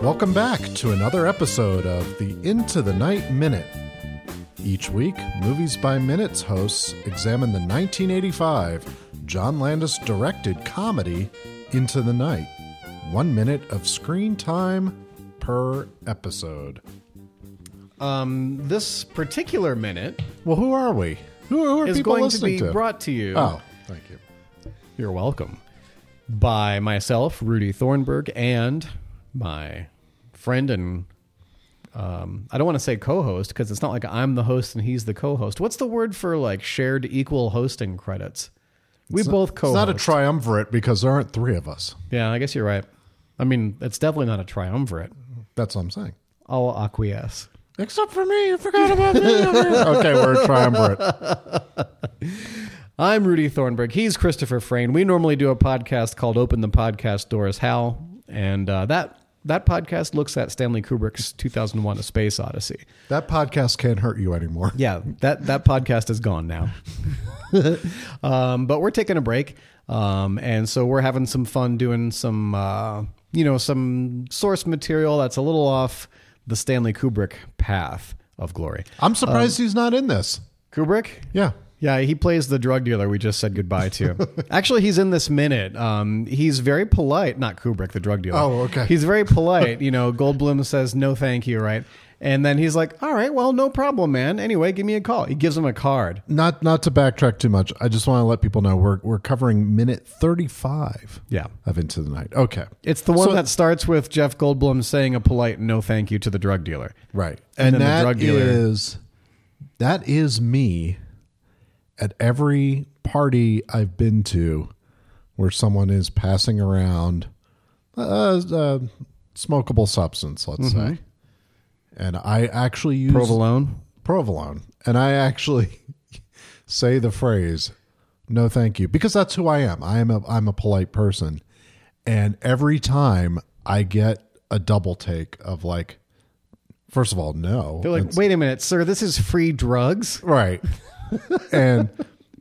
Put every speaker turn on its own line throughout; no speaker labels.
Welcome back to another episode of the Into the Night Minute. Each week, Movies by Minutes hosts examine the 1985 John Landis directed comedy Into the Night. One minute of screen time per episode.
Um, This particular minute
Well, who are we? Who, who are
is
people
going to
listening
be
to?
brought to you.
oh, thank you.
You're welcome. By myself, Rudy Thornburg, and my friend and um, I don't want to say co-host because it's not like I'm the host and he's the co-host. What's the word for like shared equal hosting credits? We both
It's
co-host.
not a triumvirate because there aren't three of us.
yeah, I guess you're right. I mean, it's definitely not a triumvirate.
That's what I'm saying.
I'll acquiesce.
Except for me, you forgot about me. okay, we're a triumvirate.
I'm Rudy Thornburg. He's Christopher Frayne. We normally do a podcast called Open the Podcast Door is How. And uh, that, that podcast looks at Stanley Kubrick's 2001 A Space Odyssey.
That podcast can't hurt you anymore.
Yeah, that, that podcast is gone now. um, but we're taking a break. Um, and so we're having some fun doing some, uh, you know, some source material that's a little off the Stanley Kubrick path of glory.
I'm surprised
Um,
he's not in this.
Kubrick?
Yeah.
Yeah, he plays the drug dealer we just said goodbye to. Actually, he's in this minute. Um, he's very polite. Not Kubrick, the drug dealer.
Oh, okay.
He's very polite. You know, Goldblum says, no, thank you, right? And then he's like, all right, well, no problem, man. Anyway, give me a call. He gives him a card.
Not not to backtrack too much. I just want to let people know we're we're covering minute 35
Yeah.
of Into the Night. Okay.
It's the one
So-
that starts with Jeff Goldblum saying a polite no thank you to the drug dealer.
Right. And,
And then the
that
drug dealer.
is- that is me at every party I've been to where someone is passing around a, a smokable substance, let's
Mm-hmm.
say. And I actually use
Provolone.
provolone. And I actually say the phrase, no thank you, because that's who I am. I am a I'm a polite person. And every time I get a double take of like, first of all, no.
They're like,
And-
wait a minute, sir, this is free drugs?
right. and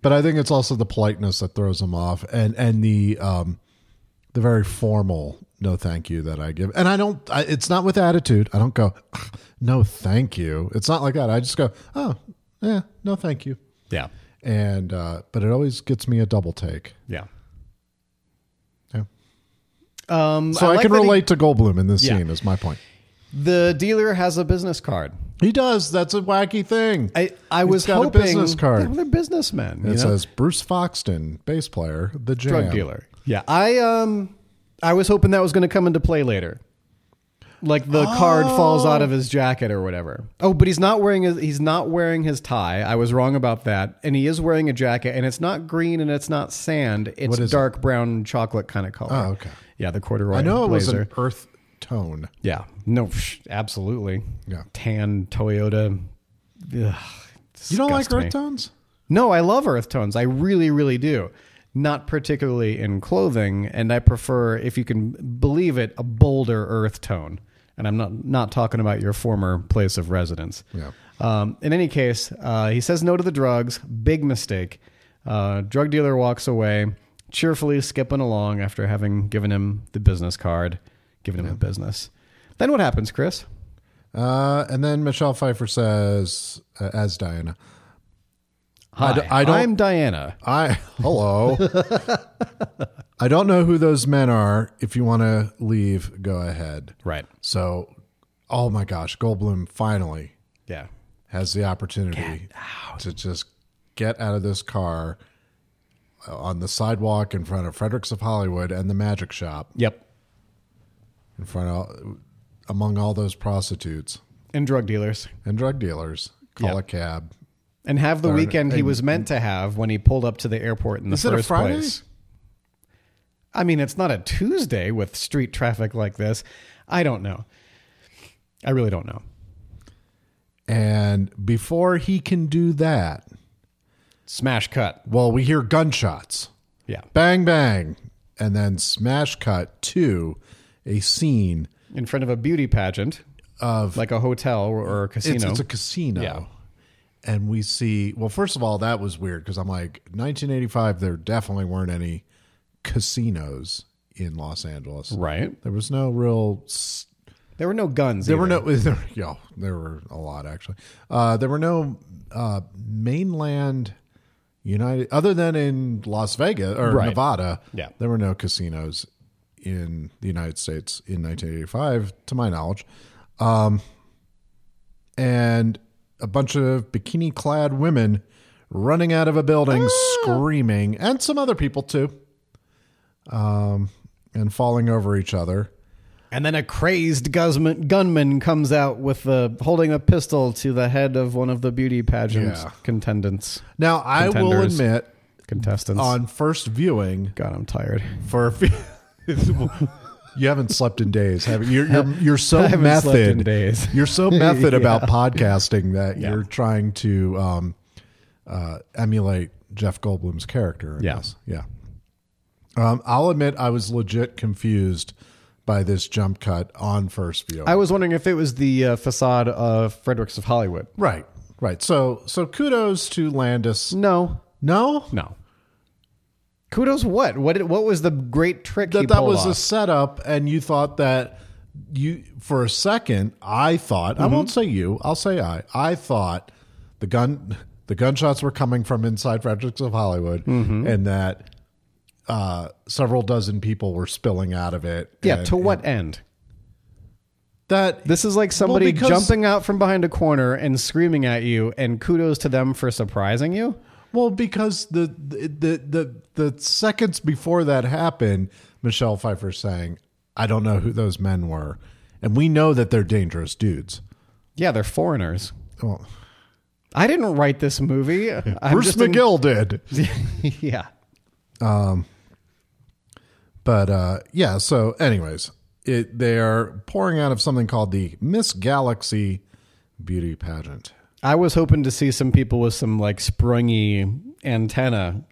but I think it's also the politeness that throws them off and and the um the very formal no thank you that I give. And I don't I, it's not with attitude. I don't go "Ugh, no thank you. It's not like that. I just go, "Oh, yeah, no thank you."
Yeah.
and uh, but it always gets me a double take.
Yeah.
Yeah.
Um,
So I,
like
can
that he-
relate to Goldblum in this
Yeah.
scene. Is my point?
the dealer has a business card.
He does. That's a wacky thing.
I, I
He's
was
got
hoping
a business card.
Yeah, they're businessmen.
it
you know?
says Bruce Foxton, bass player, the jam.
drug dealer. Yeah, I um, I was hoping that was going to come into play later. Like the card
Oh.
falls out of his jacket or whatever. Oh, but he's not wearing his he's not wearing his tie. I was wrong about that. And he is wearing a jacket, and it's not green and it's not sand. It's
What is it?
dark brown chocolate kind of color.
Oh, okay.
Yeah, the corduroy.
I know it was
blazer.
an earth tone.
Yeah. No. psh, Absolutely.
Yeah.
Tan Toyota. Ugh,
You don't like
disgusts
earth
me.
tones?
No, I love earth tones. I really, really do. Not particularly in clothing, and I prefer, if you can believe it, a bolder earth tone. And I'm not not talking about your former place of residence.
Yeah.
Um, in any case, uh, he says no to the drugs. Big mistake. Uh, drug dealer walks away, cheerfully skipping along after having given him the business card, giving him a business. Then what happens, Chris?
Uh, and then Michelle Pfeiffer says, uh, as Diana,
Hi,
d- I don't-
I'm Diana.
I hello. I don't know who those men are. If you want to leave, go ahead.
Right.
So, oh my gosh, Goldblum finally
Yeah.
has the opportunity to just get out of this car uh, on the sidewalk in front of Fredericks of Hollywood and the magic shop
Yep.
in front of among all those prostitutes
And drug dealers.
and drug dealers. Call
Yep.
a cab.
and have the weekend he was meant to have when he pulled up to the airport in the
Is it
first
a Friday?
place. I mean, it's not a Tuesday with street traffic like this. I don't know. I really don't know.
And before he can do that,
Smash cut.
well, we hear gunshots.
Yeah.
Bang bang. and then smash cut to a scene
in front of a beauty pageant
of
like a hotel or a casino.
It's, it's a casino.
Yeah.
And we see, well, first of all, that was weird because I'm like, 1985, there definitely weren't any casinos in Los Angeles.
right.
There was no real. s-
There were no guns.
There were
either.
no. There, yeah, there were a lot actually. Uh, there were no uh, mainland United, other than in Las Vegas or
Right.
Nevada.
Yeah.
there were no casinos in the United States in 1985, to my knowledge. Um, and a bunch of bikini-clad women running out of a building,
Ah!
screaming, and some other people too. Um, and falling over each other.
And then a crazed guzman, gunman comes out with the holding a pistol to the head of one of the beauty pageant
Yeah.
contendants.
Now, I will
Contenders.
admit,
Contestants.
on first viewing,
God, I'm tired.
for a few, you haven't slept in days, have you? You're you're, you're so
I haven't
method.
slept in days.
You're so method about podcasting that you're trying to um, uh, emulate Jeff Goldblum's character. I
Yeah.
guess. yeah. Um, I'll admit, I was legit confused by this jump cut on first viewing.
I was wondering if it was the uh, facade of Fredericks of Hollywood.
right, right. So, so kudos to Landis.
No,
No,
no. Kudos. What? What? Did, what was the great trick? he
that that
pulled
was a
off?
setup and you thought that you for a second i thought i won't
Mm-hmm.
say you i'll say i i thought the gun the gunshots were coming from inside fredericks of hollywood
Mm-hmm.
and that uh, several dozen people were spilling out of it
yeah.
and
To what end?
that
This is like somebody
because-
jumping out from behind a corner and screaming at you, and kudos to them for surprising you.
well because the the the the, the seconds before that happened michelle pfeiffer saying i don't know who those men were and we know that they're dangerous dudes
Yeah, they're foreigners.
well,
I didn't write this movie. I'm
bruce
just in-
mcgill did
yeah.
But uh, yeah, so anyways, it they are pouring out of something called the Miss Galaxy Beauty Pageant.
I was hoping to see some people with some like sprungy antenna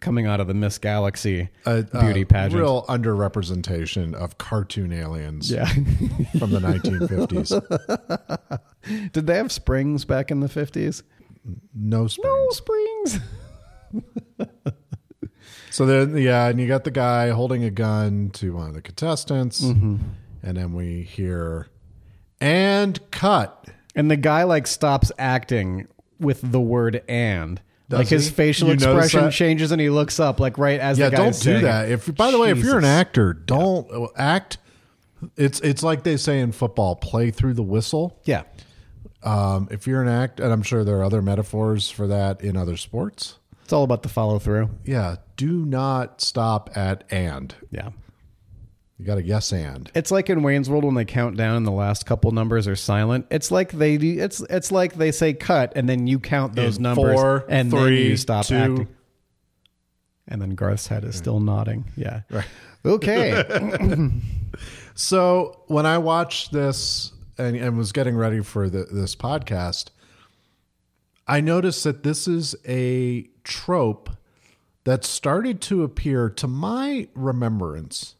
coming out of the Miss Galaxy
A, a
beauty pageant.
Uh, real underrepresentation of cartoon aliens
yeah.
from the 1950s.
Did they have springs back in the 50s?
No
Oh,
springs.
springs.
So then, yeah, and you got the guy holding a gun to one of the contestants,
Mm-hmm.
and then we hear and cut.
And the guy like stops acting with the word and.
Does
like his
he?
facial
You notice
expression
that?
changes and he looks up like right as
Yeah,
the guy
don't
is
do
saying
that.
it.
If by the way, if you're an
Jesus.
actor, don't uh, act. It's it's like they say in football, play through the whistle.
Yeah.
Um, if you're an act, and I'm sure there are other metaphors for that in other sports.
It's all about the follow through.
Yeah, do not stop at and.
Yeah.
You got a yes and.
It's like in Wayne's World when they count down and the last couple numbers are silent. It's like they do, it's it's like they say cut and then you count those
In
numbers
four,
and
three,
then you stop
two.
acting. And then Garth's head is still nodding. Yeah. Okay.
So when I watched this and, and was getting ready for the, this podcast, I noticed that this is a trope that started to appear, to my remembrance,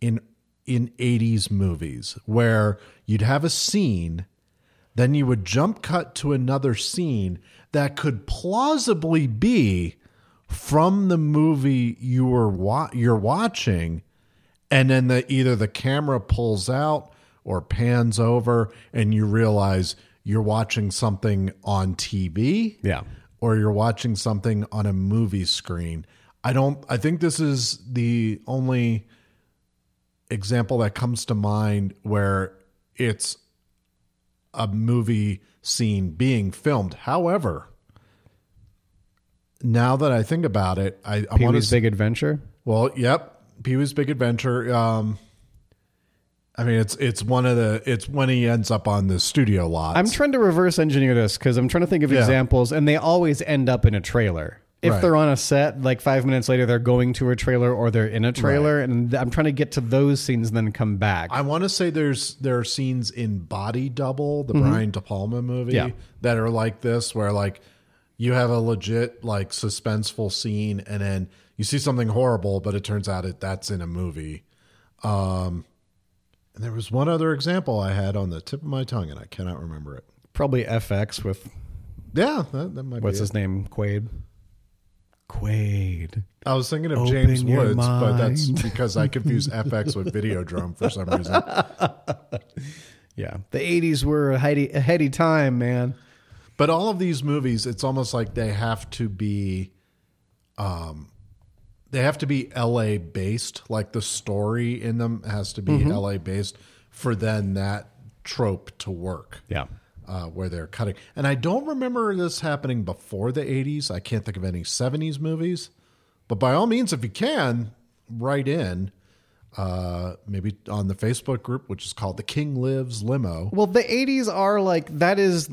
in in 80s movies where you'd have a scene then you would jump cut to another scene that could plausibly be from the movie you were wa- you're watching and then the, either the camera pulls out or pans over and you realize you're watching something on TV
yeah.
or you're watching something on a movie screen. I don't I think this is the only example that comes to mind where it's a movie scene being filmed. However, now that I think about it, I, I
Pee
want to
Wee's Big Adventure.
well, yep. Pee Wee's Big Adventure. Um, I mean, it's it's one of the it's when he ends up on the studio lot.
I'm trying to reverse engineer this because I'm trying to think of examples, and they always end up in a trailer. If
Right.
they're on a set, like five minutes later, they're going to a trailer or they're in a trailer, and th- I'm trying to get to those scenes and then come back.
I want to say there's there are scenes in Body Double, the Brian De Palma movie,
Mm-hmm. Yeah.
that are like this, where like you have a legit like suspenseful scene, and then you see something horrible, but it turns out it that's in a movie. Um, and there was one other example I had on the tip of my tongue, and I cannot remember it.
Probably FX with
Yeah, that, that might
what's
be. it.
his name Quaid. Quaid.
I was thinking of
Open
James
your
Woods, but that's
mind.
because I confuse FX with Videodrome for some reason.
Yeah, the '80s were a heady, a heady time, man.
But all of these movies, it's almost like they have to be, um, they have to be L.A. based. Like the story in them has to be L.A. based for then that trope to work.
Yeah,
Uh, where they're cutting, and I don't remember this happening before the '80s. I can't think of any '70s movies, but by all means, if you can, write in. Uh, maybe on the Facebook group, which is called "The King Lives Limo."
Well, the 80s are like that is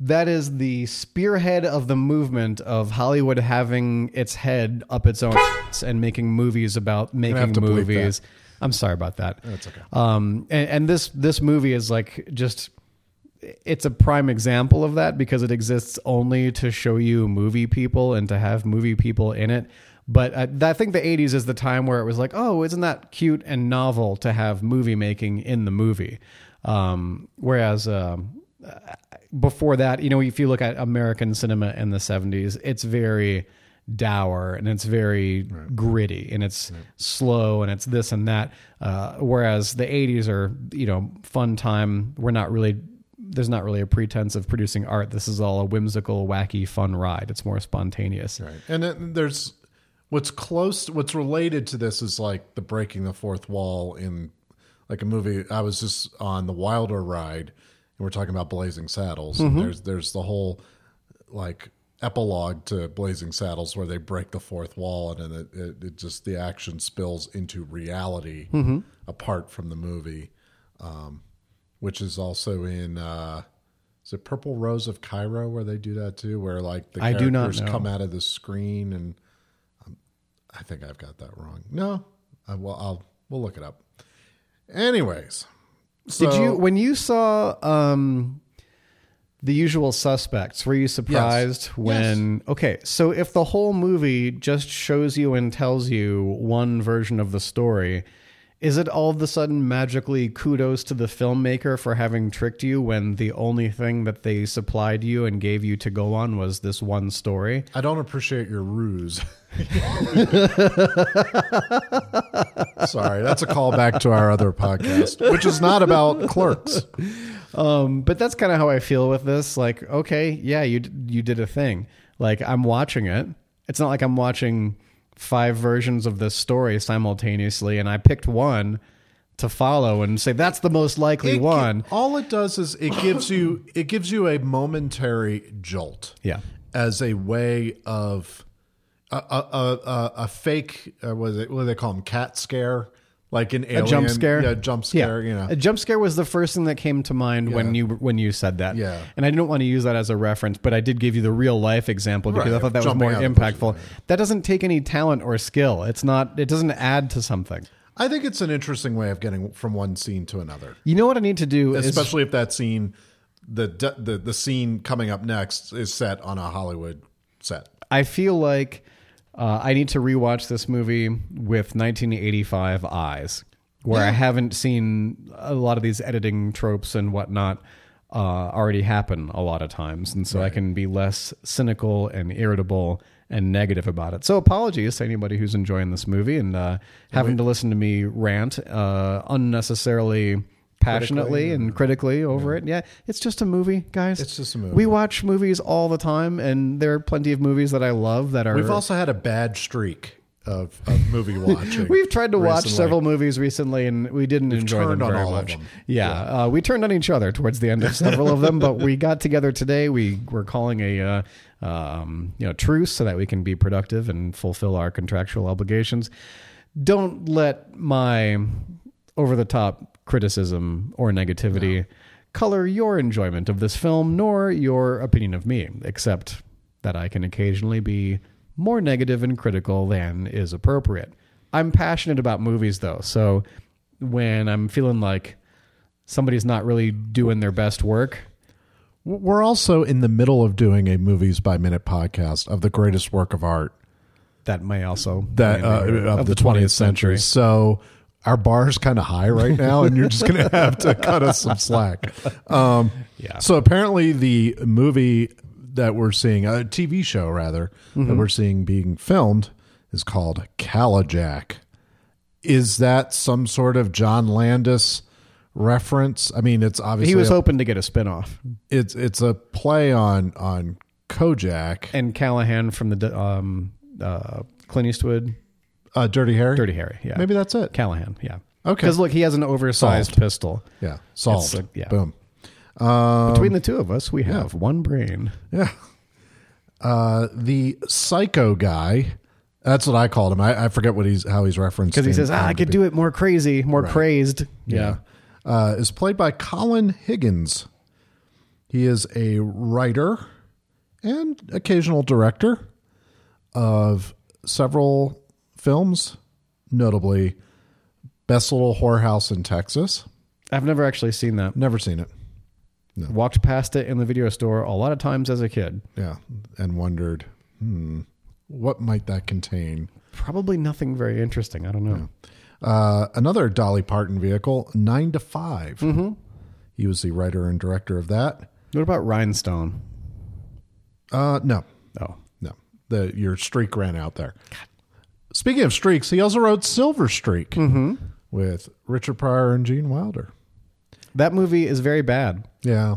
that is the spearhead of the movement of Hollywood having its head up its own ass and making movies about making
have to bleep
movies. I'm sorry about that. That's
okay.
Um, and, and this this movie is like just it's a prime example of that because it exists only to show you movie people and to have movie people in it. But uh, I, I think the 80s is the time where it was like, oh, isn't that cute and novel to have movie making in the movie? Um, whereas um, before that, you know, if you look at American cinema in the 70s, it's very dour and it's very gritty and it's slow and it's this and that. Uh, whereas the 80s are, you know, fun time. We're not really, there's not really a pretense of producing art. This is all a whimsical, wacky, fun ride. It's more spontaneous.
Right. And then there's what's close, what's related to this is like the breaking the fourth wall in like a movie. I was just on the Wilder ride, and we're talking about Blazing Saddles. And there's there's the whole like epilogue to Blazing Saddles where they break the fourth wall, and then it, it, it just the action spills into reality apart from the movie, um, which is also in. Uh, is it Purple Rose of Cairo where they do that too? Where like the
I
characters
do not know.
come out of the screen, and um, I think I've got that wrong. No, I, well, I'll we'll look it up. Anyways,
Did
so-
you, when you saw um, The Usual Suspects, were you surprised when. Okay, so if the whole movie just shows you and tells you one version of the story, is it all of a sudden magically kudos to the filmmaker for having tricked you when the only thing that they supplied you and gave you to go on was this one story?
I don't appreciate your ruse. Sorry, that's a callback to our other podcast, which is not about clerks.
Um, but that's kind of how I feel with this. Like, okay, yeah, you d- you did a thing. Like, I'm watching it. It's not like I'm watching five versions of this story simultaneously, and I picked one to follow and say that's the most likely
It gi-
one.
all it does is it gives you it gives you a momentary jolt.
yeah,
as a way of a a a, a, a fake uh, what, is it, what do they call them cat scare like an alien,
a jump scare.
yeah jump scare
Yeah.
you know
a jump scare was the first thing that came to mind when you when you said that.
Yeah.
and I didn't want to use that as a reference, but I did give you the real life example because
Right,
I thought that was
jumping
more
out of the bushes,
impactful. That doesn't take any talent or skill. It's not. It doesn't add to something.
I think it's an interesting way of getting from one scene to another
You know what I need to do is
especially if that scene the de- the the scene coming up next is set on a Hollywood set
I feel like uh, I need to rewatch this movie with 1985 eyes, where I haven't seen a lot of these editing tropes and whatnot uh, already happen a lot of times, and so I can be less cynical and irritable and negative about it. So apologies to anybody who's enjoying this movie and uh, having to listen to me rant uh, unnecessarily passionately and critically over it. Yeah, it's just a movie, guys.
It's just a movie.
We watch movies all the time, and there are plenty of movies that I love that are.
we've also had a bad streak of, of movie watching
We've tried to watch
recently.
several movies recently, and we didn't enjoy them
turned on
very
all of
much.
them.
Yeah, Uh, we turned on each other towards the end of several of them, but we got together today. We were calling a uh, um, you know truce so that we can be productive and fulfill our contractual obligations. Don't let my over the top criticism or negativity color your enjoyment of this film nor your opinion of me, except that I can occasionally be more negative and critical than is appropriate. I'm passionate about movies though, so when I'm feeling like somebody's not really doing their best work,
We're also in the middle of doing a movies by minute podcast of the greatest work of art
that may also
that
may
uh,
be
of, the 20th century. So our bar's kind of high right now, and you're just going to have to cut us some slack. Um,
Yeah.
So apparently, the movie that we're seeing, a TV show rather,
Mm-hmm.
that we're seeing being filmed is called Calajack. Is that some sort of John Landis reference? I mean, it's obviously
He was
a-
hoping to get a spinoff,
it's it's a play on on Kojak,
and Callahan from the um, uh, Clint Eastwood,
uh, Dirty Harry.
Dirty Harry. Yeah,
Maybe that's it.
Callahan. Yeah.
Okay.
Because look, he has an oversized pistol.
Yeah, solved.
like- yeah.
Boom.
Between
Um,
the two of us, we have one brain.
Yeah. Uh, the psycho guy. That's what I called him. I, I forget what he's how he's referenced
Because he
in
says, ah, I could do it more crazy, more crazed. Yeah.
uh, is played by Colin Higgins. He is a writer and occasional director of several films, notably Best Little Whorehouse in Texas.
I've never actually seen that.
Never seen it.
Walked past it in the video store a lot of times as a kid.
Yeah. And wondered, hmm, what might that contain?
Probably nothing very interesting. I don't know.
Uh, another Dolly Parton vehicle, Nine to 5
Mm-hmm.
He was the writer and director of that.
What about Rhinestone?
Uh, no,
Oh,
no, the your streak ran out there. Speaking of streaks, he also wrote Silver Streak
Mm-hmm.
with Richard Pryor and Gene Wilder.
that movie is very bad.
Yeah,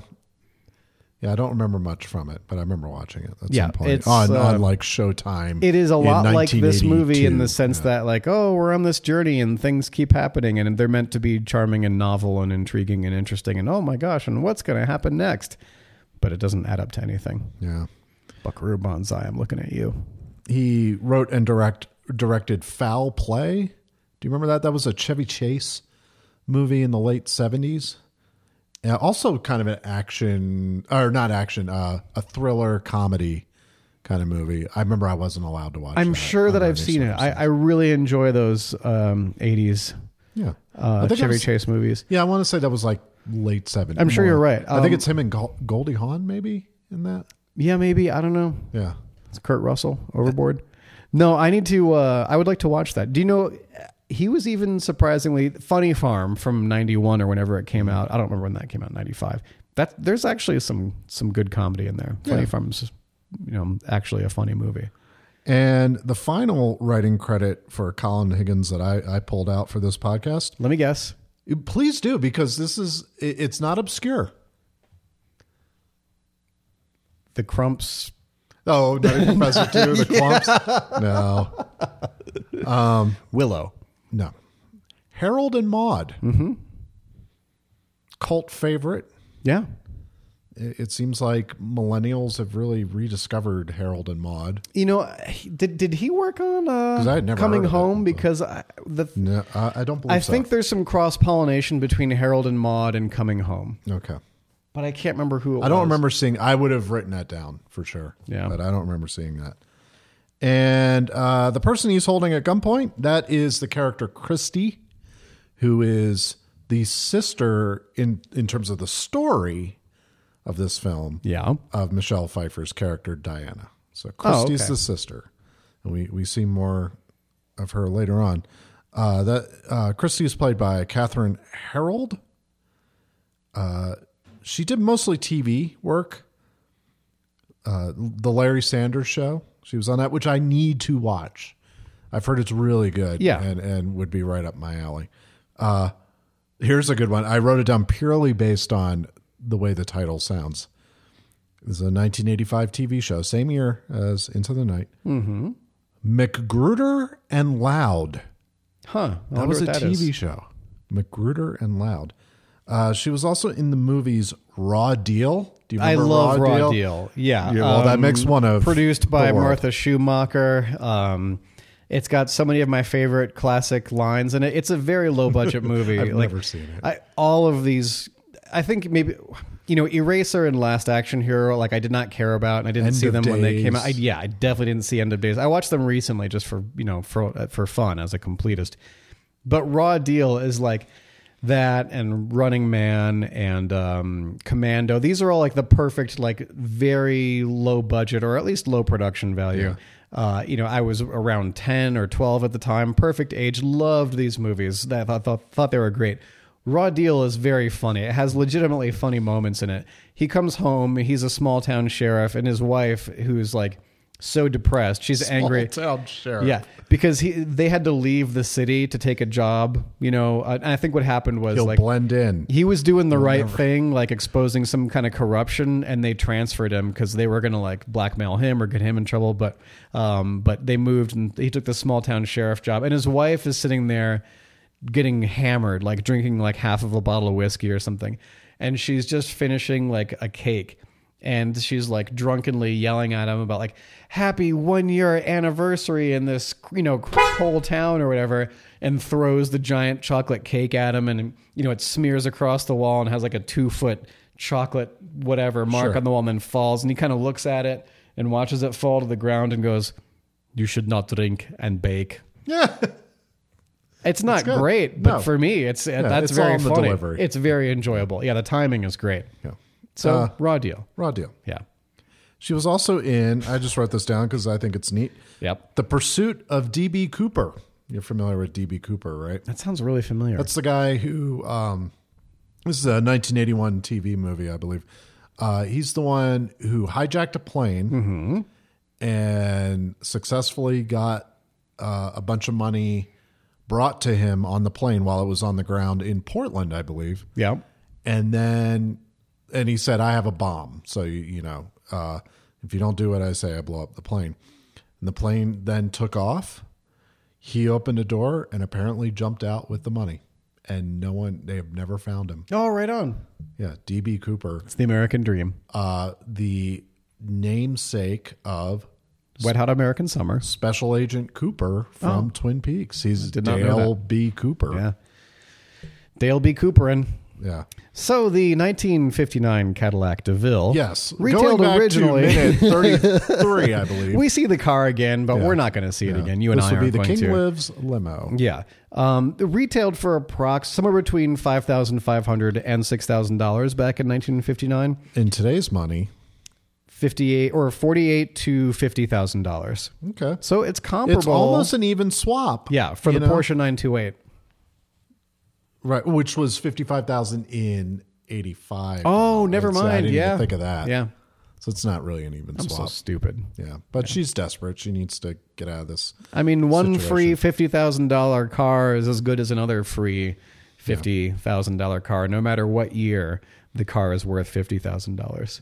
yeah, I don't remember much from it, but I remember watching it at
Yeah,
some point
it's,
on, on
uh,
like Showtime.
It is a
in
lot like this movie
1982.
in the sense that, like, oh, we're on this journey and things keep happening, and they're meant to be charming and novel and intriguing and interesting, and oh my gosh, and what's going to happen next? But it doesn't add up to anything.
Yeah,
Buckaroo Banzai, I'm looking at you.
he wrote and direct directed Foul Play. Do you remember that? That was a Chevy Chase movie in the late seventies. Yeah, also kind of an action or not action, uh, a thriller comedy kind of movie. I remember I wasn't allowed to watch.
I'm
that
sure that
under
I've
any
seen it. I, I really enjoy those um, 80s
Yeah, I
uh,
think I
Chevy
was-
Chase movies.
Yeah, I want to say that was like late seventies.
I'm sure you're right.
I think
Um,
it's him and Gol- Goldie Hawn maybe in that.
Yeah, maybe. I don't know.
Yeah,
It's Kurt Russell, Overboard. No, I need to, uh, I would like to watch that. Do you know, he was even surprisingly, Funny Farm from 91 or whenever it came out. I don't remember when that came out, 95. That, there's actually some, some good comedy in there. Funny
Yeah.
Farm's, you know, actually a funny movie.
and the final writing credit for Colin Higgins that I, I pulled out for this podcast
Let me guess.
Please do because this is it- it's not obscure.
The Crumps.
Oh, Nutty Professor Two, the clumps. No, Um,
Willow.
no. Harold and Maude, cult favorite.
Yeah.
It, it seems like millennials have really rediscovered Harold and Maude.
You know, he- did did he work on uh,
I had never
coming
heard of it,
home?
but-
because I, the
No, I, I don't believe.
I
so.
think there's some cross pollination between Harold and Maude and coming home,
okay.
but I can't remember who. It
I don't
was.
remember seeing. I would have written that down for sure.
Yeah.
but I don't remember seeing that. And uh, the person he's holding at gunpoint that is the character Christy, who is the sister in in terms of the story of this film
Yeah,
of Michelle Pfeiffer's character Diana. So Christy's
Oh, okay.
the sister, and we we see more of her later on. Uh, that uh, Christy is played by Catherine Harold. Uh, she did mostly TV work. Uh, the Larry Sanders Show. She was on that, which I need to watch. I've heard it's really good.
Yeah.
and and would be right up my alley. Uh, here's a good one. I wrote it down purely based on the way the title sounds. This is a 1985 TV show, same year as Into the Night. Mm-hmm. McGruder and Loud.
huh? I
That
wonder
was a
what that is.
TV show. McGruder and Loud. Uh, she was also in the movies Raw Deal. Do you
I
remember
love Raw, Deal.
Deal?
Yeah, um,
Yeah, well, that makes one of
produced by
the world.
Martha Schumacher. Um, it's got so many of my favorite classic lines, and it, it's a very low budget movie.
I've never seen it.
I, all of these, I think maybe you know, Eraser and Last Action Hero. Like I did not care about, and I didn't
End
see
of
them when they came
Days.
out. I, yeah, I definitely didn't see End of Days. I watched them recently just for you know for uh, for fun as a completist. But Raw Deal is like that and Running Man and um, Commando. These are all like the perfect like very low budget or at least low production value Uh, you know, I was around 10 or 12 at the time, perfect age, loved these movies. I thought, thought, thought they were great. Raw Deal is very funny. It has legitimately funny moments in it. He comes home, he's a small town sheriff, and his wife, who's like so depressed, she's angry.
Small town sheriff.
Yeah, because he they had to leave the city to take a job. You know, uh, and I think what happened was
He'll
like
blend in.
he was doing the right thing, like exposing some kind of corruption, and they transferred him because they were gonna like blackmail him or get him in trouble. But um, but they moved and he took the small town sheriff job, and his wife is sitting there getting hammered, like drinking like half of a bottle of whiskey or something, and she's just finishing like a cake. And she's like drunkenly yelling at him about like happy one year anniversary in this you know whole town or whatever, and throws the giant chocolate cake at him, and you know it smears across the wall and has like a two foot chocolate whatever mark on the wall, and then falls, and he kind of looks at it and watches it fall to the ground and goes, "You should not drink and bake."
Yeah.
It's not
good.
great, but
No.
for me, it's uh, that's
it's all
very
in the
funny.
delivery.
It's very enjoyable. Yeah, the timing is great.
yeah.
So
Uh,
raw deal.
Raw deal.
Yeah.
She was also in, I just wrote this down because I think it's neat.
Yep.
The Pursuit of D.B. Cooper. You're familiar with D.B. Cooper, right?
That sounds really familiar.
That's the guy who. Um, this is a 1981 TV movie, I believe. Uh, he's the one who hijacked a plane and successfully got uh, a bunch of money brought to him on the plane while it was on the ground in Portland, I believe.
yeah.
And then, and he said, "I have a bomb, so you, you know, uh, if you don't do what I say, I blow up the plane." And the plane then took off. He opened a door and apparently jumped out with the money, and no one they have never found him.
Oh, right on.
Yeah, DB Cooper,
It's the American dream.
uh, the namesake of
Wet Hot American Summer.
Special Agent Cooper from Twin Peaks. He's
Oh. did not know
Dale B. Cooper.
Yeah. Dale B. Cooperin.
yeah.
So the 1959 Cadillac DeVille.
Yes, Going
Retailed
back to
originally.
minute thirty-three, I believe.
We see the car again, but we're not going to see it again. You and
this
I
would
aren't
be the
going
King
to.
Lives limo.
Yeah. Um, it retailed for approx somewhere between five thousand five hundred and six thousand dollars back in nineteen fifty nine.
In today's money,
Fifty eight or forty eight to fifty thousand dollars.
okay,
So it's comparable.
it's almost an even swap.
yeah, for
you
the
know?
Porsche nine two eight.
right? Which was fifty-five thousand in eighty-five.
Oh, never
So I
mind.
didn't even
yeah.
think of that.
Yeah.
so it's not really an even
So
swap.
stupid.
yeah, but she's desperate. She needs to get out of this.
I mean, one free fifty thousand dollar car is as good as another free fifty thousand dollar car, no matter what year the car is worth fifty thousand dollars.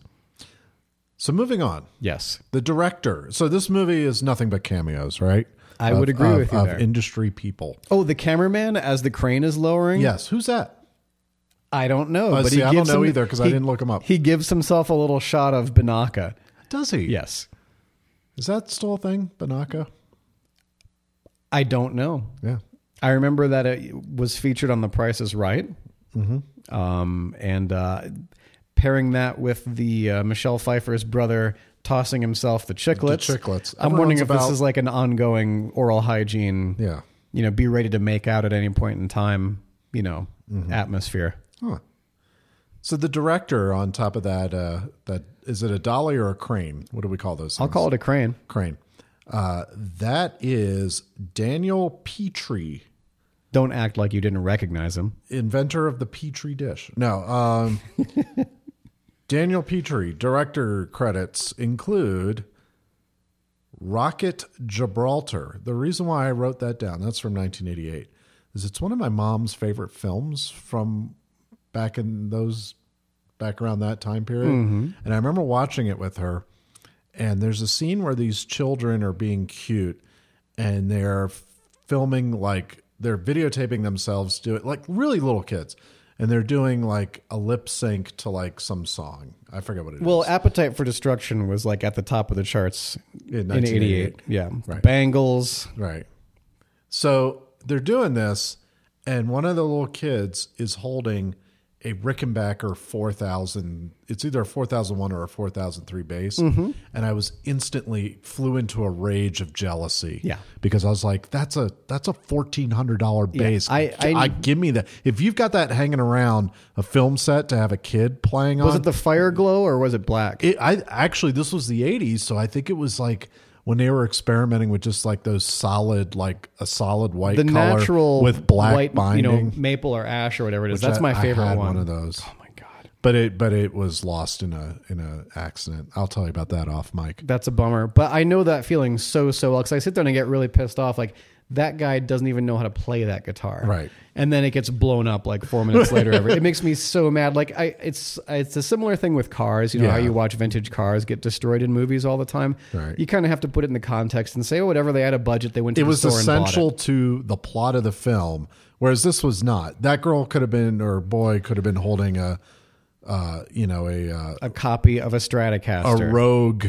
So moving on,
Yes.
the director. So this movie is nothing but cameos, right?
I would agree
of,
with you
of
there.
industry people.
Oh, the cameraman as the crane is lowering.
Yes, who's that?
I don't know, but
Uh, see,
he
I don't
gives
know
him-
either 'cause I
he-
didn't look him up.
He gives himself a little shot of Banaka.
Does he?
Yes,
Is that still a thing, Banaka?
I don't know.
Yeah.
I remember that it was featured on The Price Is Right,
Mm-hmm.
um, and uh, pairing that with the uh, Michelle Pfeiffer's brother tossing himself the chiclets.
chiclets.
I'm wondering
Everyone's
if this
about-
is like an ongoing oral hygiene.
Yeah.
You know, be ready to make out at any point in time. You know,
Mm-hmm.
atmosphere.
Huh. So the director on top of that, uh, that is it a dolly or a crane? What do we call those?
I'll call it a crane.
crane. Uh, that is Daniel Petrie,
Don't act like you didn't recognize him.
inventor of the Petrie dish. No, um, Daniel Petrie director credits include Rocket Gibraltar. The reason why I wrote that down, that's from 1988, is it's one of my mom's favorite films from back in those back around that time period.
Mm-hmm.
And I remember watching it with her. And there's a scene where these children are being cute and they're filming like they're videotaping themselves do it like really little kids. And they're doing like a lip sync to like some song. I forget what it is.
Well, Appetite for Destruction was like at the top of the charts in
1988.
88. Yeah.
Right.
Bangles.
Right. So they're doing this, and one of the little kids is holding a Rickenbacker 4000. It's either a 4001 or a 4003 bass.
Mm-hmm.
And I was instantly flew into a rage of jealousy.
Yeah.
Because I was like, that's a that's a $1,400 bass.
I- I-
give me that. If you've got that hanging around a film set to have a kid playing on,
Was it the fire glow or was it black?
it, I actually this was the 80s so I think it was like when they were experimenting with just like those solid, like a solid white
the
color
natural
with black
white,
binding.
you know, maple or ash or whatever it is.
which
That's
I-
my
I
favorite
had
one.
one of those.
Oh my god,
But it but it was lost in a in a accident. I'll tell you about that off mic.
that's a bummer. But I know that feeling so so well because I sit there and I get really pissed off. Like that guy doesn't even know how to play that guitar,
Right.
And then it gets blown up like four minutes later. Every, it makes me so mad. Like I, it's it's a similar thing with cars. You know how
Yeah.
you watch vintage cars get destroyed in movies all the time.
Right.
You kind of have to put it in the context and say, oh, whatever. They had a budget. They went to
It
the
was
store and bought it.
essential to the plot of the film, whereas this was not. That girl could have been or boy could have been holding a uh, you know, a uh,
A copy of a
a
Stratocaster.
rogue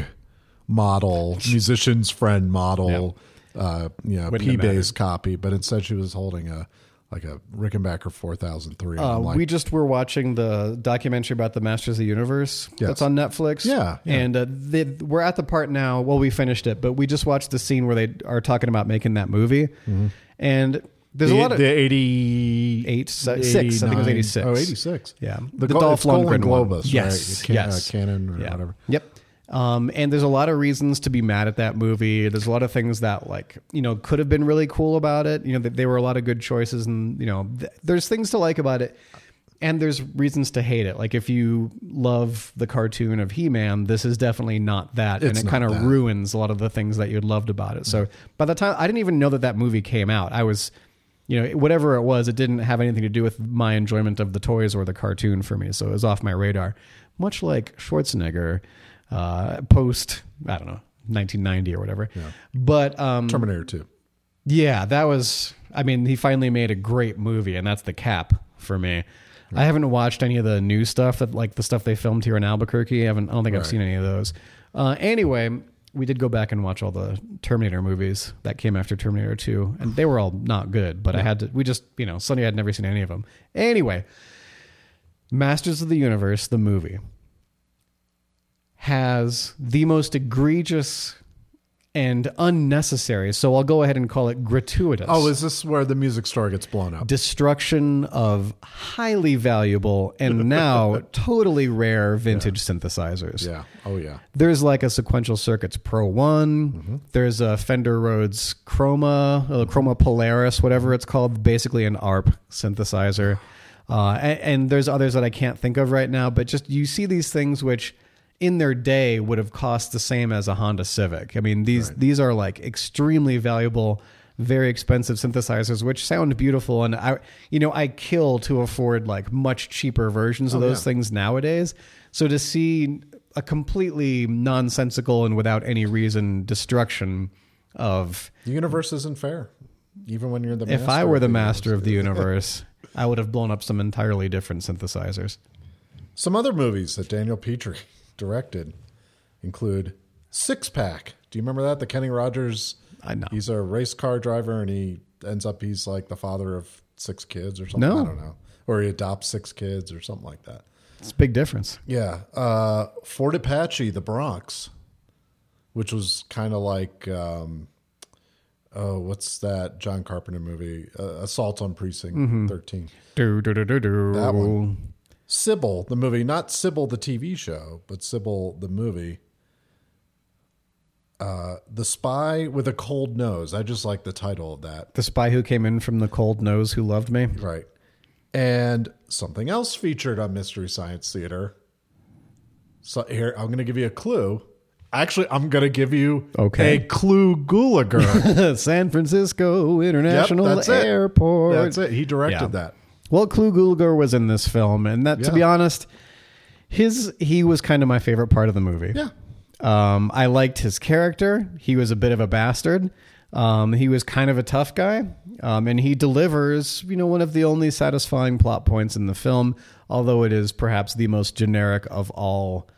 model, musician's friend model, uh, you know,
Wouldn't
P
have
Bay's copy, but instead she was holding a like a Rickenbacker four thousand three.
Uh,
I'm like,
we just were watching the documentary about the Masters of the Universe that's on Netflix.
Yeah, yeah.
and uh, they, we're at the part now. Well, we finished it, but we just watched the scene where they are talking about making that movie, and there's
Mm-hmm. the,
a lot of
the eighty uh,
Eight, si- six, I think it was 86.
Oh, 86.
Yeah.
the,
The
Gol-
Dolph
it's Golden
Lundgren one.
Globus.
Yes,
right? Can-
yes.
uh, Canon or
yeah.
whatever.
Yep. Um, and there's a lot of reasons to be mad at that movie. There's a lot of things that like you know could have been really cool about it. You know that they were a lot of good choices, and you know th- there's things to like about it, and there's reasons to hate it. Like if you love the cartoon of He-Man, this is definitely not that,
It's
and it
not
kind of
that. Mm.
ruins a lot of the things that you loved about it. So by the time I didn't even know that that movie came out, I was. You know, whatever it was, it didn't have anything to do with my enjoyment of the toys or the cartoon for me, so it was off my radar. Much like Schwarzenegger, uh, post I don't know 1990 or whatever. But um,
Terminator Two.
yeah, that was. I mean, he finally made a great movie, and that's the cap for me. I haven't watched any of the new stuff that, like the stuff they filmed here in Albuquerque. I haven't. I don't think I've seen any of those. Uh, anyway, we did go back and watch all the Terminator movies that came after Terminator Two, and they were all not good. But I had to. We just, you know, Sunny had never seen any of them. Anyway, Masters of the Universe, the movie, has the most egregious and unnecessary. So I'll go ahead and call it gratuitous.
Oh, is this where the music store gets blown up?
destruction of highly valuable and now totally rare vintage synthesizers.
Yeah. Oh, yeah.
There's like a sequential circuits Pro One. There's a Fender Rhodes Chroma, uh, Chroma Polaris, whatever it's called, basically an ARP synthesizer. Uh, a- and, there's others that I can't think of right now, but just you see these things which in their day would have cost the same as a Honda Civic. I mean, these these are like extremely valuable, very expensive synthesizers which sound beautiful and I you know, I kill to afford like much cheaper versions of those
yeah.
things nowadays. So to see a completely nonsensical and without any reason destruction of
The universe isn't fair, even when you're the.
if I
master
were
of
the master of the universe, I would have blown up some entirely different synthesizers.
Some other movies that Daniel Petrie directed include Six Pack. Do you remember that? The Kenny Rogers.
I know.
He's a race car driver, and he ends up he's like the father of six kids or something.
No.
I don't know. Or he adopts six kids or something like that.
It's a big difference.
Yeah, uh, Fort Apache, the Bronx, which was kind of like, um, oh, what's that John Carpenter movie? Uh, Assault on Precinct
Mm-hmm.
Thirteen.
Do, do, do, do, do.
That Sybil, the movie, not Sybil the TV show, but Sybil the movie. Uh, the spy with a cold nose. I just like the title of that.
The spy who came in from the cold nose who loved me.
Right. And something else featured on Mystery Science Theater. So here, I'm going to give you a clue. Actually, I'm going to give you
Okay.
a clue Gula Girl.
San Francisco International
that's it.
Airport.
That's it. He directed
Yeah.
that.
Well, Clu Gulger was in this film, and that, to
Yeah.
be honest, his he was kind of my favorite part of the movie.
Yeah.
Um, I liked his character. He was a bit of a bastard. Um, he was kind of a tough guy, um, and he delivers, you know, one of the only satisfying plot points in the film, although it is perhaps the most generic of all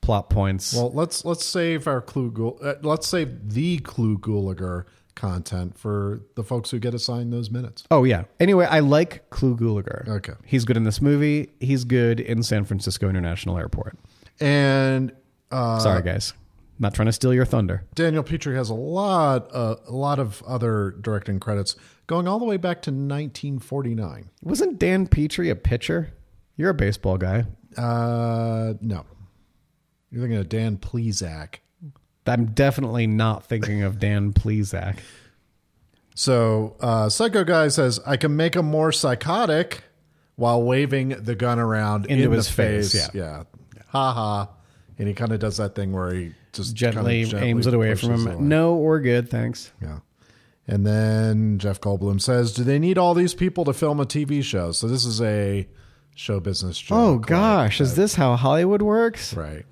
plot points.
Well, let's let's save our clue. Gul- Uh, let's save the clue Gulager content for the folks who get assigned those minutes.
Oh yeah. Anyway, I like Clu Gulager.
Okay.
he's good in this movie. He's good in San Francisco International Airport.
And uh,
Sorry, guys, not trying to steal your thunder.
Daniel Petrie has a lot uh, a lot of other directing credits going all the way back to 1949.
Wasn't Dan Petrie a pitcher? You're a baseball guy.
Uh, no. You're thinking of Dan Plezak.
I'm definitely not thinking of Dan Plezak.
So uh, Psycho Guy says, I can make him more psychotic while waving the gun around
Into
in
his
the
face,
Yeah. Ha ha. And he kind of does that thing where he just
Gently,
kinda
aims it away from
pushes
him.
away.
No, or good, thanks.
Yeah. And then Jeff Goldblum says, Do they need all these people to film a TV show? So this is a show business joke.
Oh
like,
gosh, is this how Hollywood works?
Right.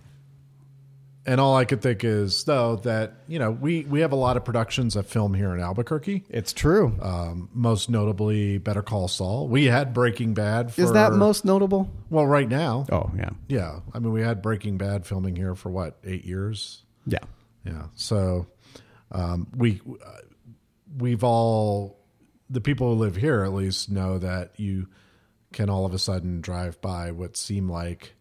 And all I could think is though that you know we we have a lot of productions that film here in Albuquerque.
It's true.
Um, most notably, Better Call Saul. We had Breaking Bad. For,
is that most notable?
well right now?
Uh, Oh yeah,
Yeah, I mean we had Breaking Bad filming here for what eight years.
yeah.
Yeah. So um, we uh, we've all the people who live here at least know that you can all of a sudden drive by what seem like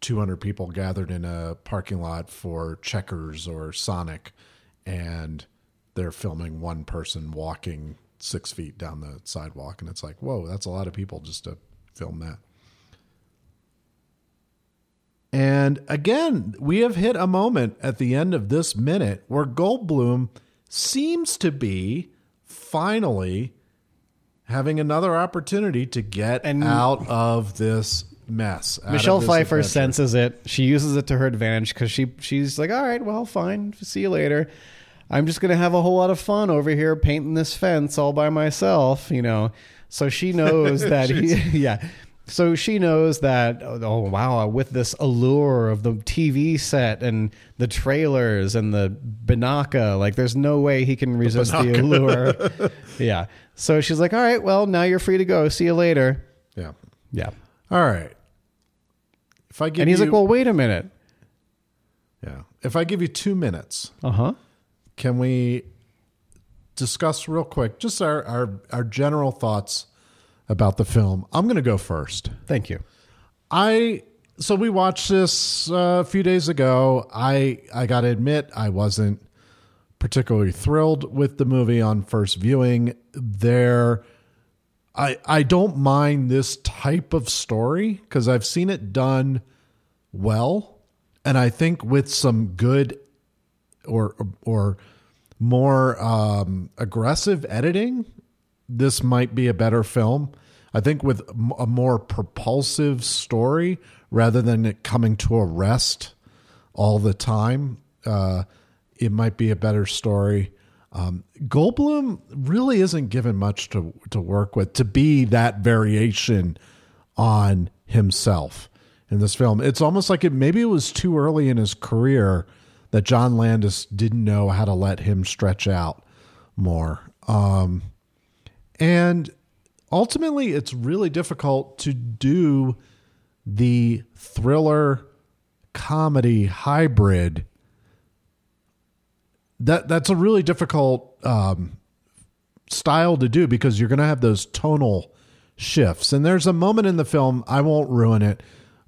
200 people gathered in a parking lot for Checkers or Sonic and they're filming one person walking 6 feet down the sidewalk and it's like whoa that's a lot of people just to film that. And again, we have hit a moment at the end of this minute where Goldblum seems to be finally having another opportunity to get
And-
out of this mess. out of
Michelle
this
Pfeiffer
adventure.
senses it. She uses it to her advantage because she she's like, all right, well, fine, see you later. I'm just gonna have a whole lot of fun over here painting this fence all by myself, you know. So she knows that he, yeah. So she knows that oh wow, with this allure of the TV set and the trailers and the banaka, like there's no way he can resist the, allure. yeah. So she's like, all right, well, now you're free to go. See you later.
Yeah.
Yeah.
All right. If I give
And he's
you,
like, well, wait a minute.
yeah. If I give you two minutes,
Uh huh.
can we discuss real quick just our our, our general thoughts about the film? I'm going to go first.
Thank you.
I so we watched this uh, a few days ago. I I got to admit I wasn't particularly thrilled with the movie on first viewing. There I I don't mind this type of story cuz I've seen it done well and I think with some good or or more um, aggressive editing, this might be a better film. I think with m- a more propulsive story rather than it coming to a rest all the time, uh, it might be a better story. Um, Goldblum really isn't given much to to work with to be that variation on himself in this film. It's almost like it maybe it was too early in his career that John Landis didn't know how to let him stretch out more. Um, and ultimately, it's really difficult to do the thriller comedy hybrid. That that's a really difficult um, style to do because you're going to have those tonal shifts. And there's a moment in the film, I won't ruin it,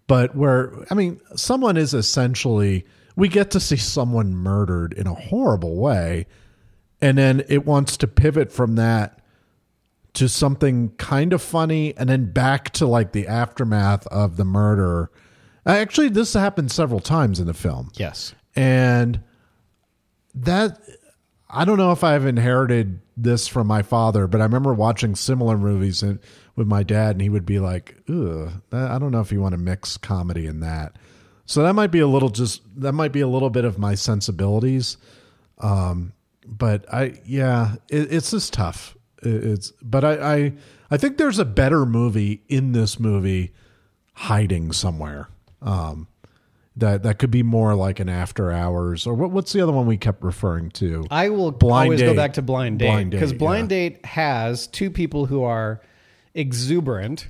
but where, I mean, someone is essentially, we get to see someone murdered in a horrible way. And then it wants to pivot from that to something kind of funny and then back to like the aftermath of the murder. Actually, this happened several times in the film
Yes.
and that I don't know if I've inherited this from my father, but I remember watching similar movies and, with my dad, and he would be like, "Ugh, I I don't know if you want to mix comedy and that." So that might be a little just that might be a little bit of my sensibilities, um, but I yeah, it, it's just tough. It- it's but I, I I think there's a better movie in this movie hiding somewhere. Um, that that could be more like an after hours or what, what's the other one we kept referring to
I will
Blind
always go
Date.
back to blind date
Blind Date,
because blind,
yeah.
date has two people who are exuberant,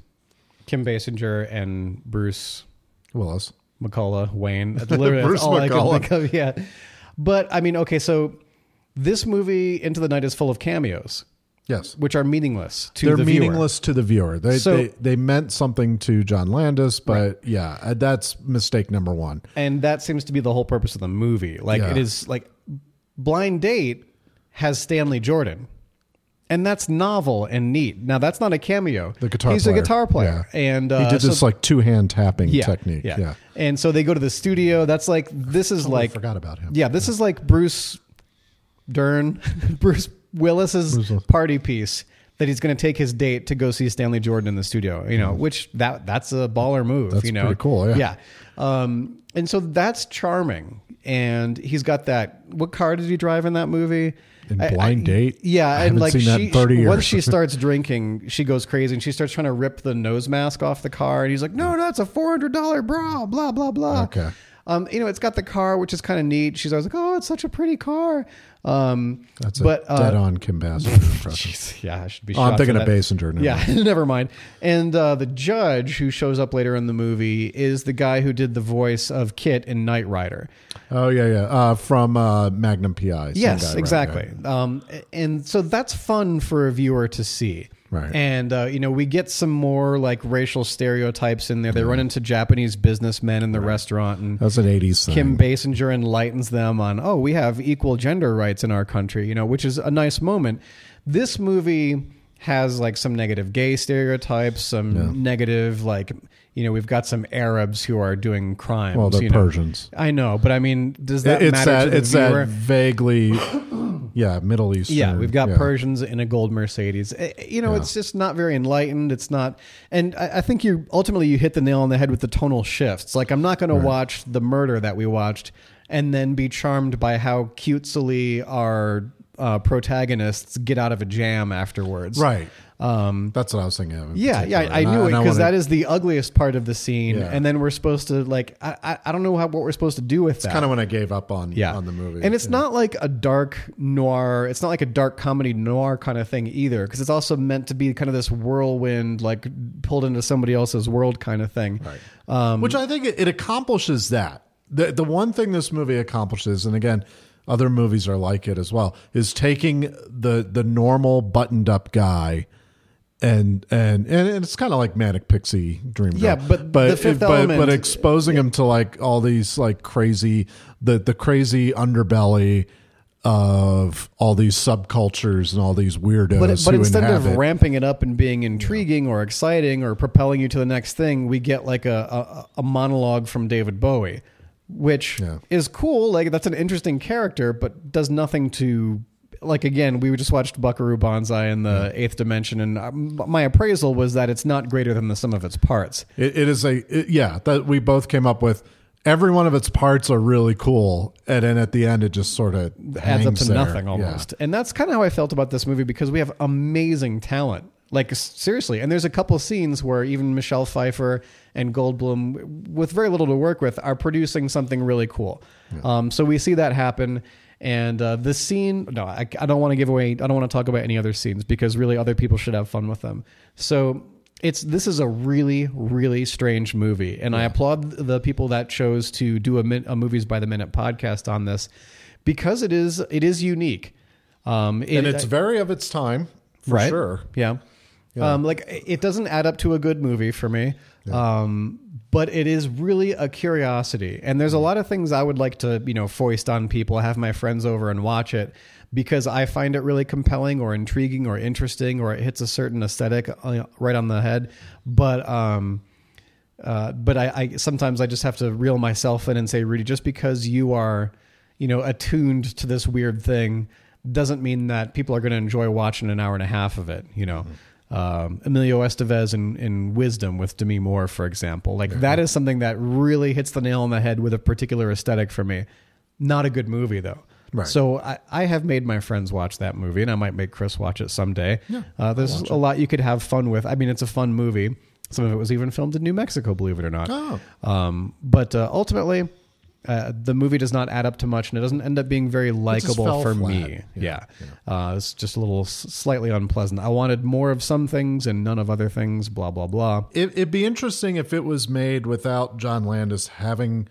Kim Basinger and Bruce
Willis.
McCullough Wayne. That's literally
Bruce
Bruce all I
McCullough.
can think of. Yeah, but I mean, okay, so this movie Into the Night is full of cameos,
Yes.
which are meaningless to
They're
the viewer.
meaningless to the viewer. They,
So-
they they meant something to John Landis, but yeah, uh, that's mistake number one.
and that seems to be the whole purpose of the movie. Like
Yeah.
it is like Blind Date has Stanley Jordan and that's novel and neat. Now that's not a cameo.
The guitar
He's
player.
a guitar player,
Yeah.
and uh,
he did
so-
this like two hand tapping
yeah,
technique. Yeah.
and so they go to the studio. That's like this is
I
like
forgot about him.
yeah, this is like Bruce Dern, Bruce Willis's
Willis.
party piece that he's going to take his date to go see Stanley Jordan in the studio. You know, which that that's a baller move.
That's
you know,
pretty cool, yeah.
yeah. Um, and so that's charming. And he's got that. What car did he drive in that movie?
In
I- I-
Blind Date?
Yeah,
I
and
haven't
like
seen that in
she,
30 years.
once she starts drinking, she goes crazy and she starts trying to rip the nose mask off the car. And he's like, "No, no, it's a four hundred dollar bra." Blah blah blah.
Okay.
Um, you know, it's got the car, which is kind of neat. She's always like, "Oh, it's such a pretty car." Um,
That's
but
a
uh,
dead on Kim Bassinger impression.
Jeez, yeah, I should be.
Oh, I'm
shot
thinking
for
of
that.
Basinger now.
Yeah, never mind. And uh, the judge who shows up later in the movie is the guy who did the voice of Kit in Knight Rider.
Oh yeah, yeah. Uh, from uh, Magnum PI. same guy,
Yes,
right,
exactly.
right.
Um, and so that's fun for a viewer to see.
Right.
And uh, you know, we get some more like racial stereotypes in there. They run into Japanese businessmen in the restaurant, and
That's an '80s thing.
Kim Basinger enlightens them on, oh, we have equal gender rights in our country, you know, which is a nice moment. This movie has like some negative gay stereotypes, some negative like you know, we've got some Arabs who are doing crimes.
well, they're
you know.
Persians.
I know, but I mean, does that
it's
matter to
that.
the
It's
viewer?
that vaguely. Yeah, Middle Eastern.
Yeah, we've got Persians in a gold Mercedes. Eh, eh, You know, it's just not very enlightened. It's not, and I, I think you ultimately you hit the nail on the head with the tonal shifts. Like, I'm not going to watch the murder that we watched and then be charmed by how cutesily our uh, protagonists get out of a jam afterwards.
Right. Um, That's what I was thinking of. in
Yeah, yeah,
particular.
I, I
And
knew it
and I
because
wanted-
that is the ugliest part of the scene,
Yeah.
and then we're supposed to like I, I, I don't know how, what we're supposed to do with that
kind of when I gave up on
yeah.
on the movie.
And it's not like a dark noir. It's not like a dark comedy noir kind of thing either, because it's also meant to be kind of this whirlwind, like pulled into somebody else's world kind of thing. Right.
Um,
um,
which I think it, it accomplishes that. The the one thing this movie accomplishes, and again, other movies are like it as well, is taking the the normal buttoned up guy. And, and and it's kind of like manic pixie dream girl.
Yeah, but The Fifth
but, but
Element-
exposing him to like all these like crazy the the crazy underbelly of all these subcultures and all these weirdos.
But, but
who
instead of
inhabit-
ramping it up and being intriguing or exciting or propelling you to the next thing, we get like a, a, a monologue from David Bowie, which
Yeah.
is cool. Like that's an interesting character, but does nothing to like. Again, we just watched Buckaroo Banzai in the Eighth Dimension, and uh, my appraisal was that it's not greater than the sum of its parts.
It, it is a it- yeah that we both came up with. Every one of its parts are really cool, and then at the end, it just sort of
adds up
hangs
to
there.
nothing
Yeah.
almost. And that's kind of how I felt about this movie because we have amazing talent. Like s- seriously, and there's a couple scenes where even Michelle Pfeiffer and Goldblum, w- with very little to work with, are producing something really cool. Um, so we see that happen, and uh, the scene. No, I, I don't want to give away. I don't want to talk about any other scenes because really, other people should have fun with them. So it's this is a really really strange movie, and I applaud the people that chose to do a, min, a movies by the minute podcast on this because it is it is unique. Um, it-
And it's very of its time, for
right,
sure.
yeah. Um, like it doesn't add up to a good movie for me, um, but it is really a curiosity. And there's a
Mm-hmm.
lot of things I would like to you know foist on people, have my friends over and watch it because I find it really compelling or intriguing or interesting or it hits a certain aesthetic uh, right on the head. But um, uh, but I, I sometimes I just have to reel myself in and say, Rudy, just because you are, you know, attuned to this weird thing doesn't mean that people are going to enjoy watching an hour and a half of it. You know, um, Emilio Estevez in, in Wisdom with Demi Moore, for example, like that is something that really hits the nail on the head with a particular aesthetic for me. Not a good movie though.
Right.
So I, I have made my friends watch that movie, and I might make Chris watch it someday. uh, there's a lot you could have fun with. I mean, it's a fun movie. Some of it was even filmed in New Mexico, believe it or not.
Oh.
Um, but uh, ultimately, uh, the movie does not add up to much, and it doesn't end up being very likable
fell
for
flat.
me. Yeah, Uh, it's just a little s- slightly unpleasant. I wanted more of some things and none of other things. Blah blah blah.
It, it'd be interesting if it was made without John Landis having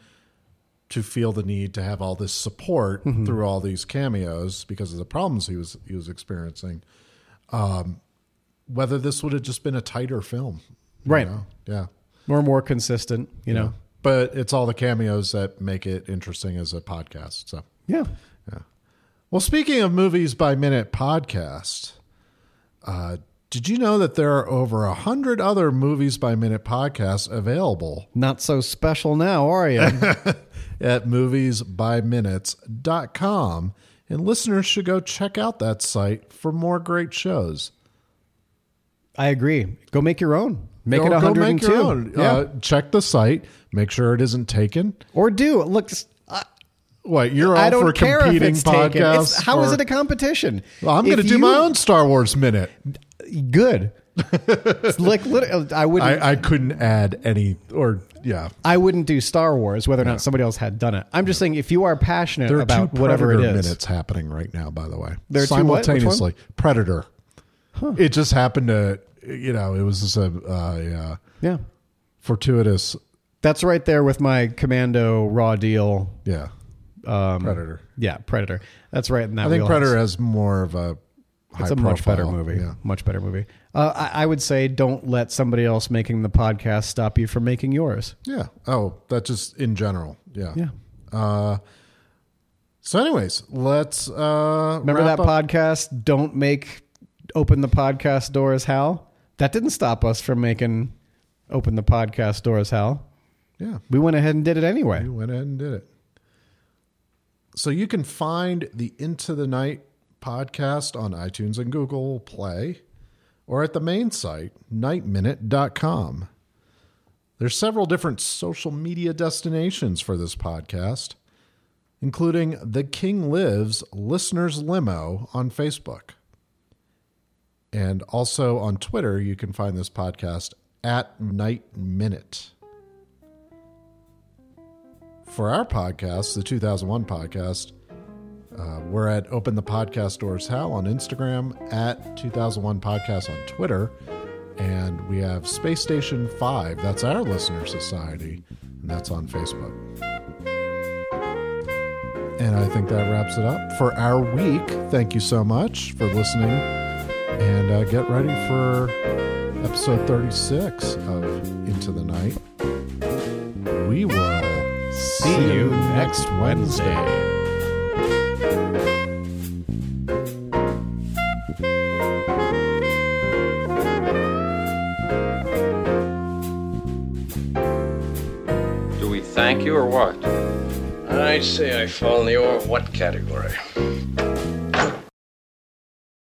to feel the need to have all this support
Mm-hmm.
through all these cameos because of the problems he was he was experiencing. Um, whether this would have just been a tighter film, you
Right.
know? Yeah.
More more consistent. You know.
but it's all the cameos that make it interesting as a podcast. So,
Yeah.
well, speaking of movies by minute podcast, Uh, did you know that there are over a hundred other movies by minute podcasts available
Not so special now, are you?
at moviesbyminutes.com? And listeners should go check out that site for more great shows.
I agree. Go make your own. Make
Go-
it
go
102.
make your own.
Yeah.
Uh, check the site. Make sure it isn't taken.
or do. Look, s-
What you're all
I
for
don't care if
competing
it's taken.
podcasts?
It's, how is
or-
it a competition?
Well, I'm going to
If
do
you-
my own Star Wars minute.
Good. It's like literally, I wouldn't.
I, I couldn't add any, or yeah,
I wouldn't do Star Wars whether or not somebody else had done it. I'm just saying if you are passionate
there are
about
two
whatever it
Predator
is.
minutes happening right now. By the way,
There are two what? Which one?
simultaneously Predator. It just happened to, you know, it was just a uh, uh,
Yeah.
fortuitous,
That's right there with my Commando Raw Deal.
yeah,
Um,
Predator.
Yeah, Predator. That's right in that
I think
wheelhouse.
Predator has more of a. High
It's a much better
profile.
movie.
Yeah.
Much better movie. Uh, I, I would say don't let somebody else making the podcast stop you from making yours.
Yeah. Oh, that's just in general. Yeah. Uh,
Yeah.
So, anyways, let's uh,
Remember
wrap
that
up.
podcast? Don't make open the podcast door as Hal. That didn't stop us from making open the podcast door as Hal.
Yeah.
We went ahead and did it anyway.
We went ahead and did it. So you can find the Into the Night podcast on iTunes and Google Play or at the main site, nightminute.com. There's several different social media destinations for this podcast, including The King Lives Listeners Limo on Facebook. And also on Twitter, you can find this podcast at Night Minute for our podcast, the 2001 podcast, uh, we're at Open the Podcast Doors How on Instagram, at 2001 Podcast on Twitter, and we have Space Station 5. That's our listener society, and that's on Facebook. And I think that wraps it up for our week. Thank you so much for listening, and uh, get ready for episode 36 of Into the Night. We will
See you next Wednesday.
Do we thank you or what?
I'd say I fall in the or what category.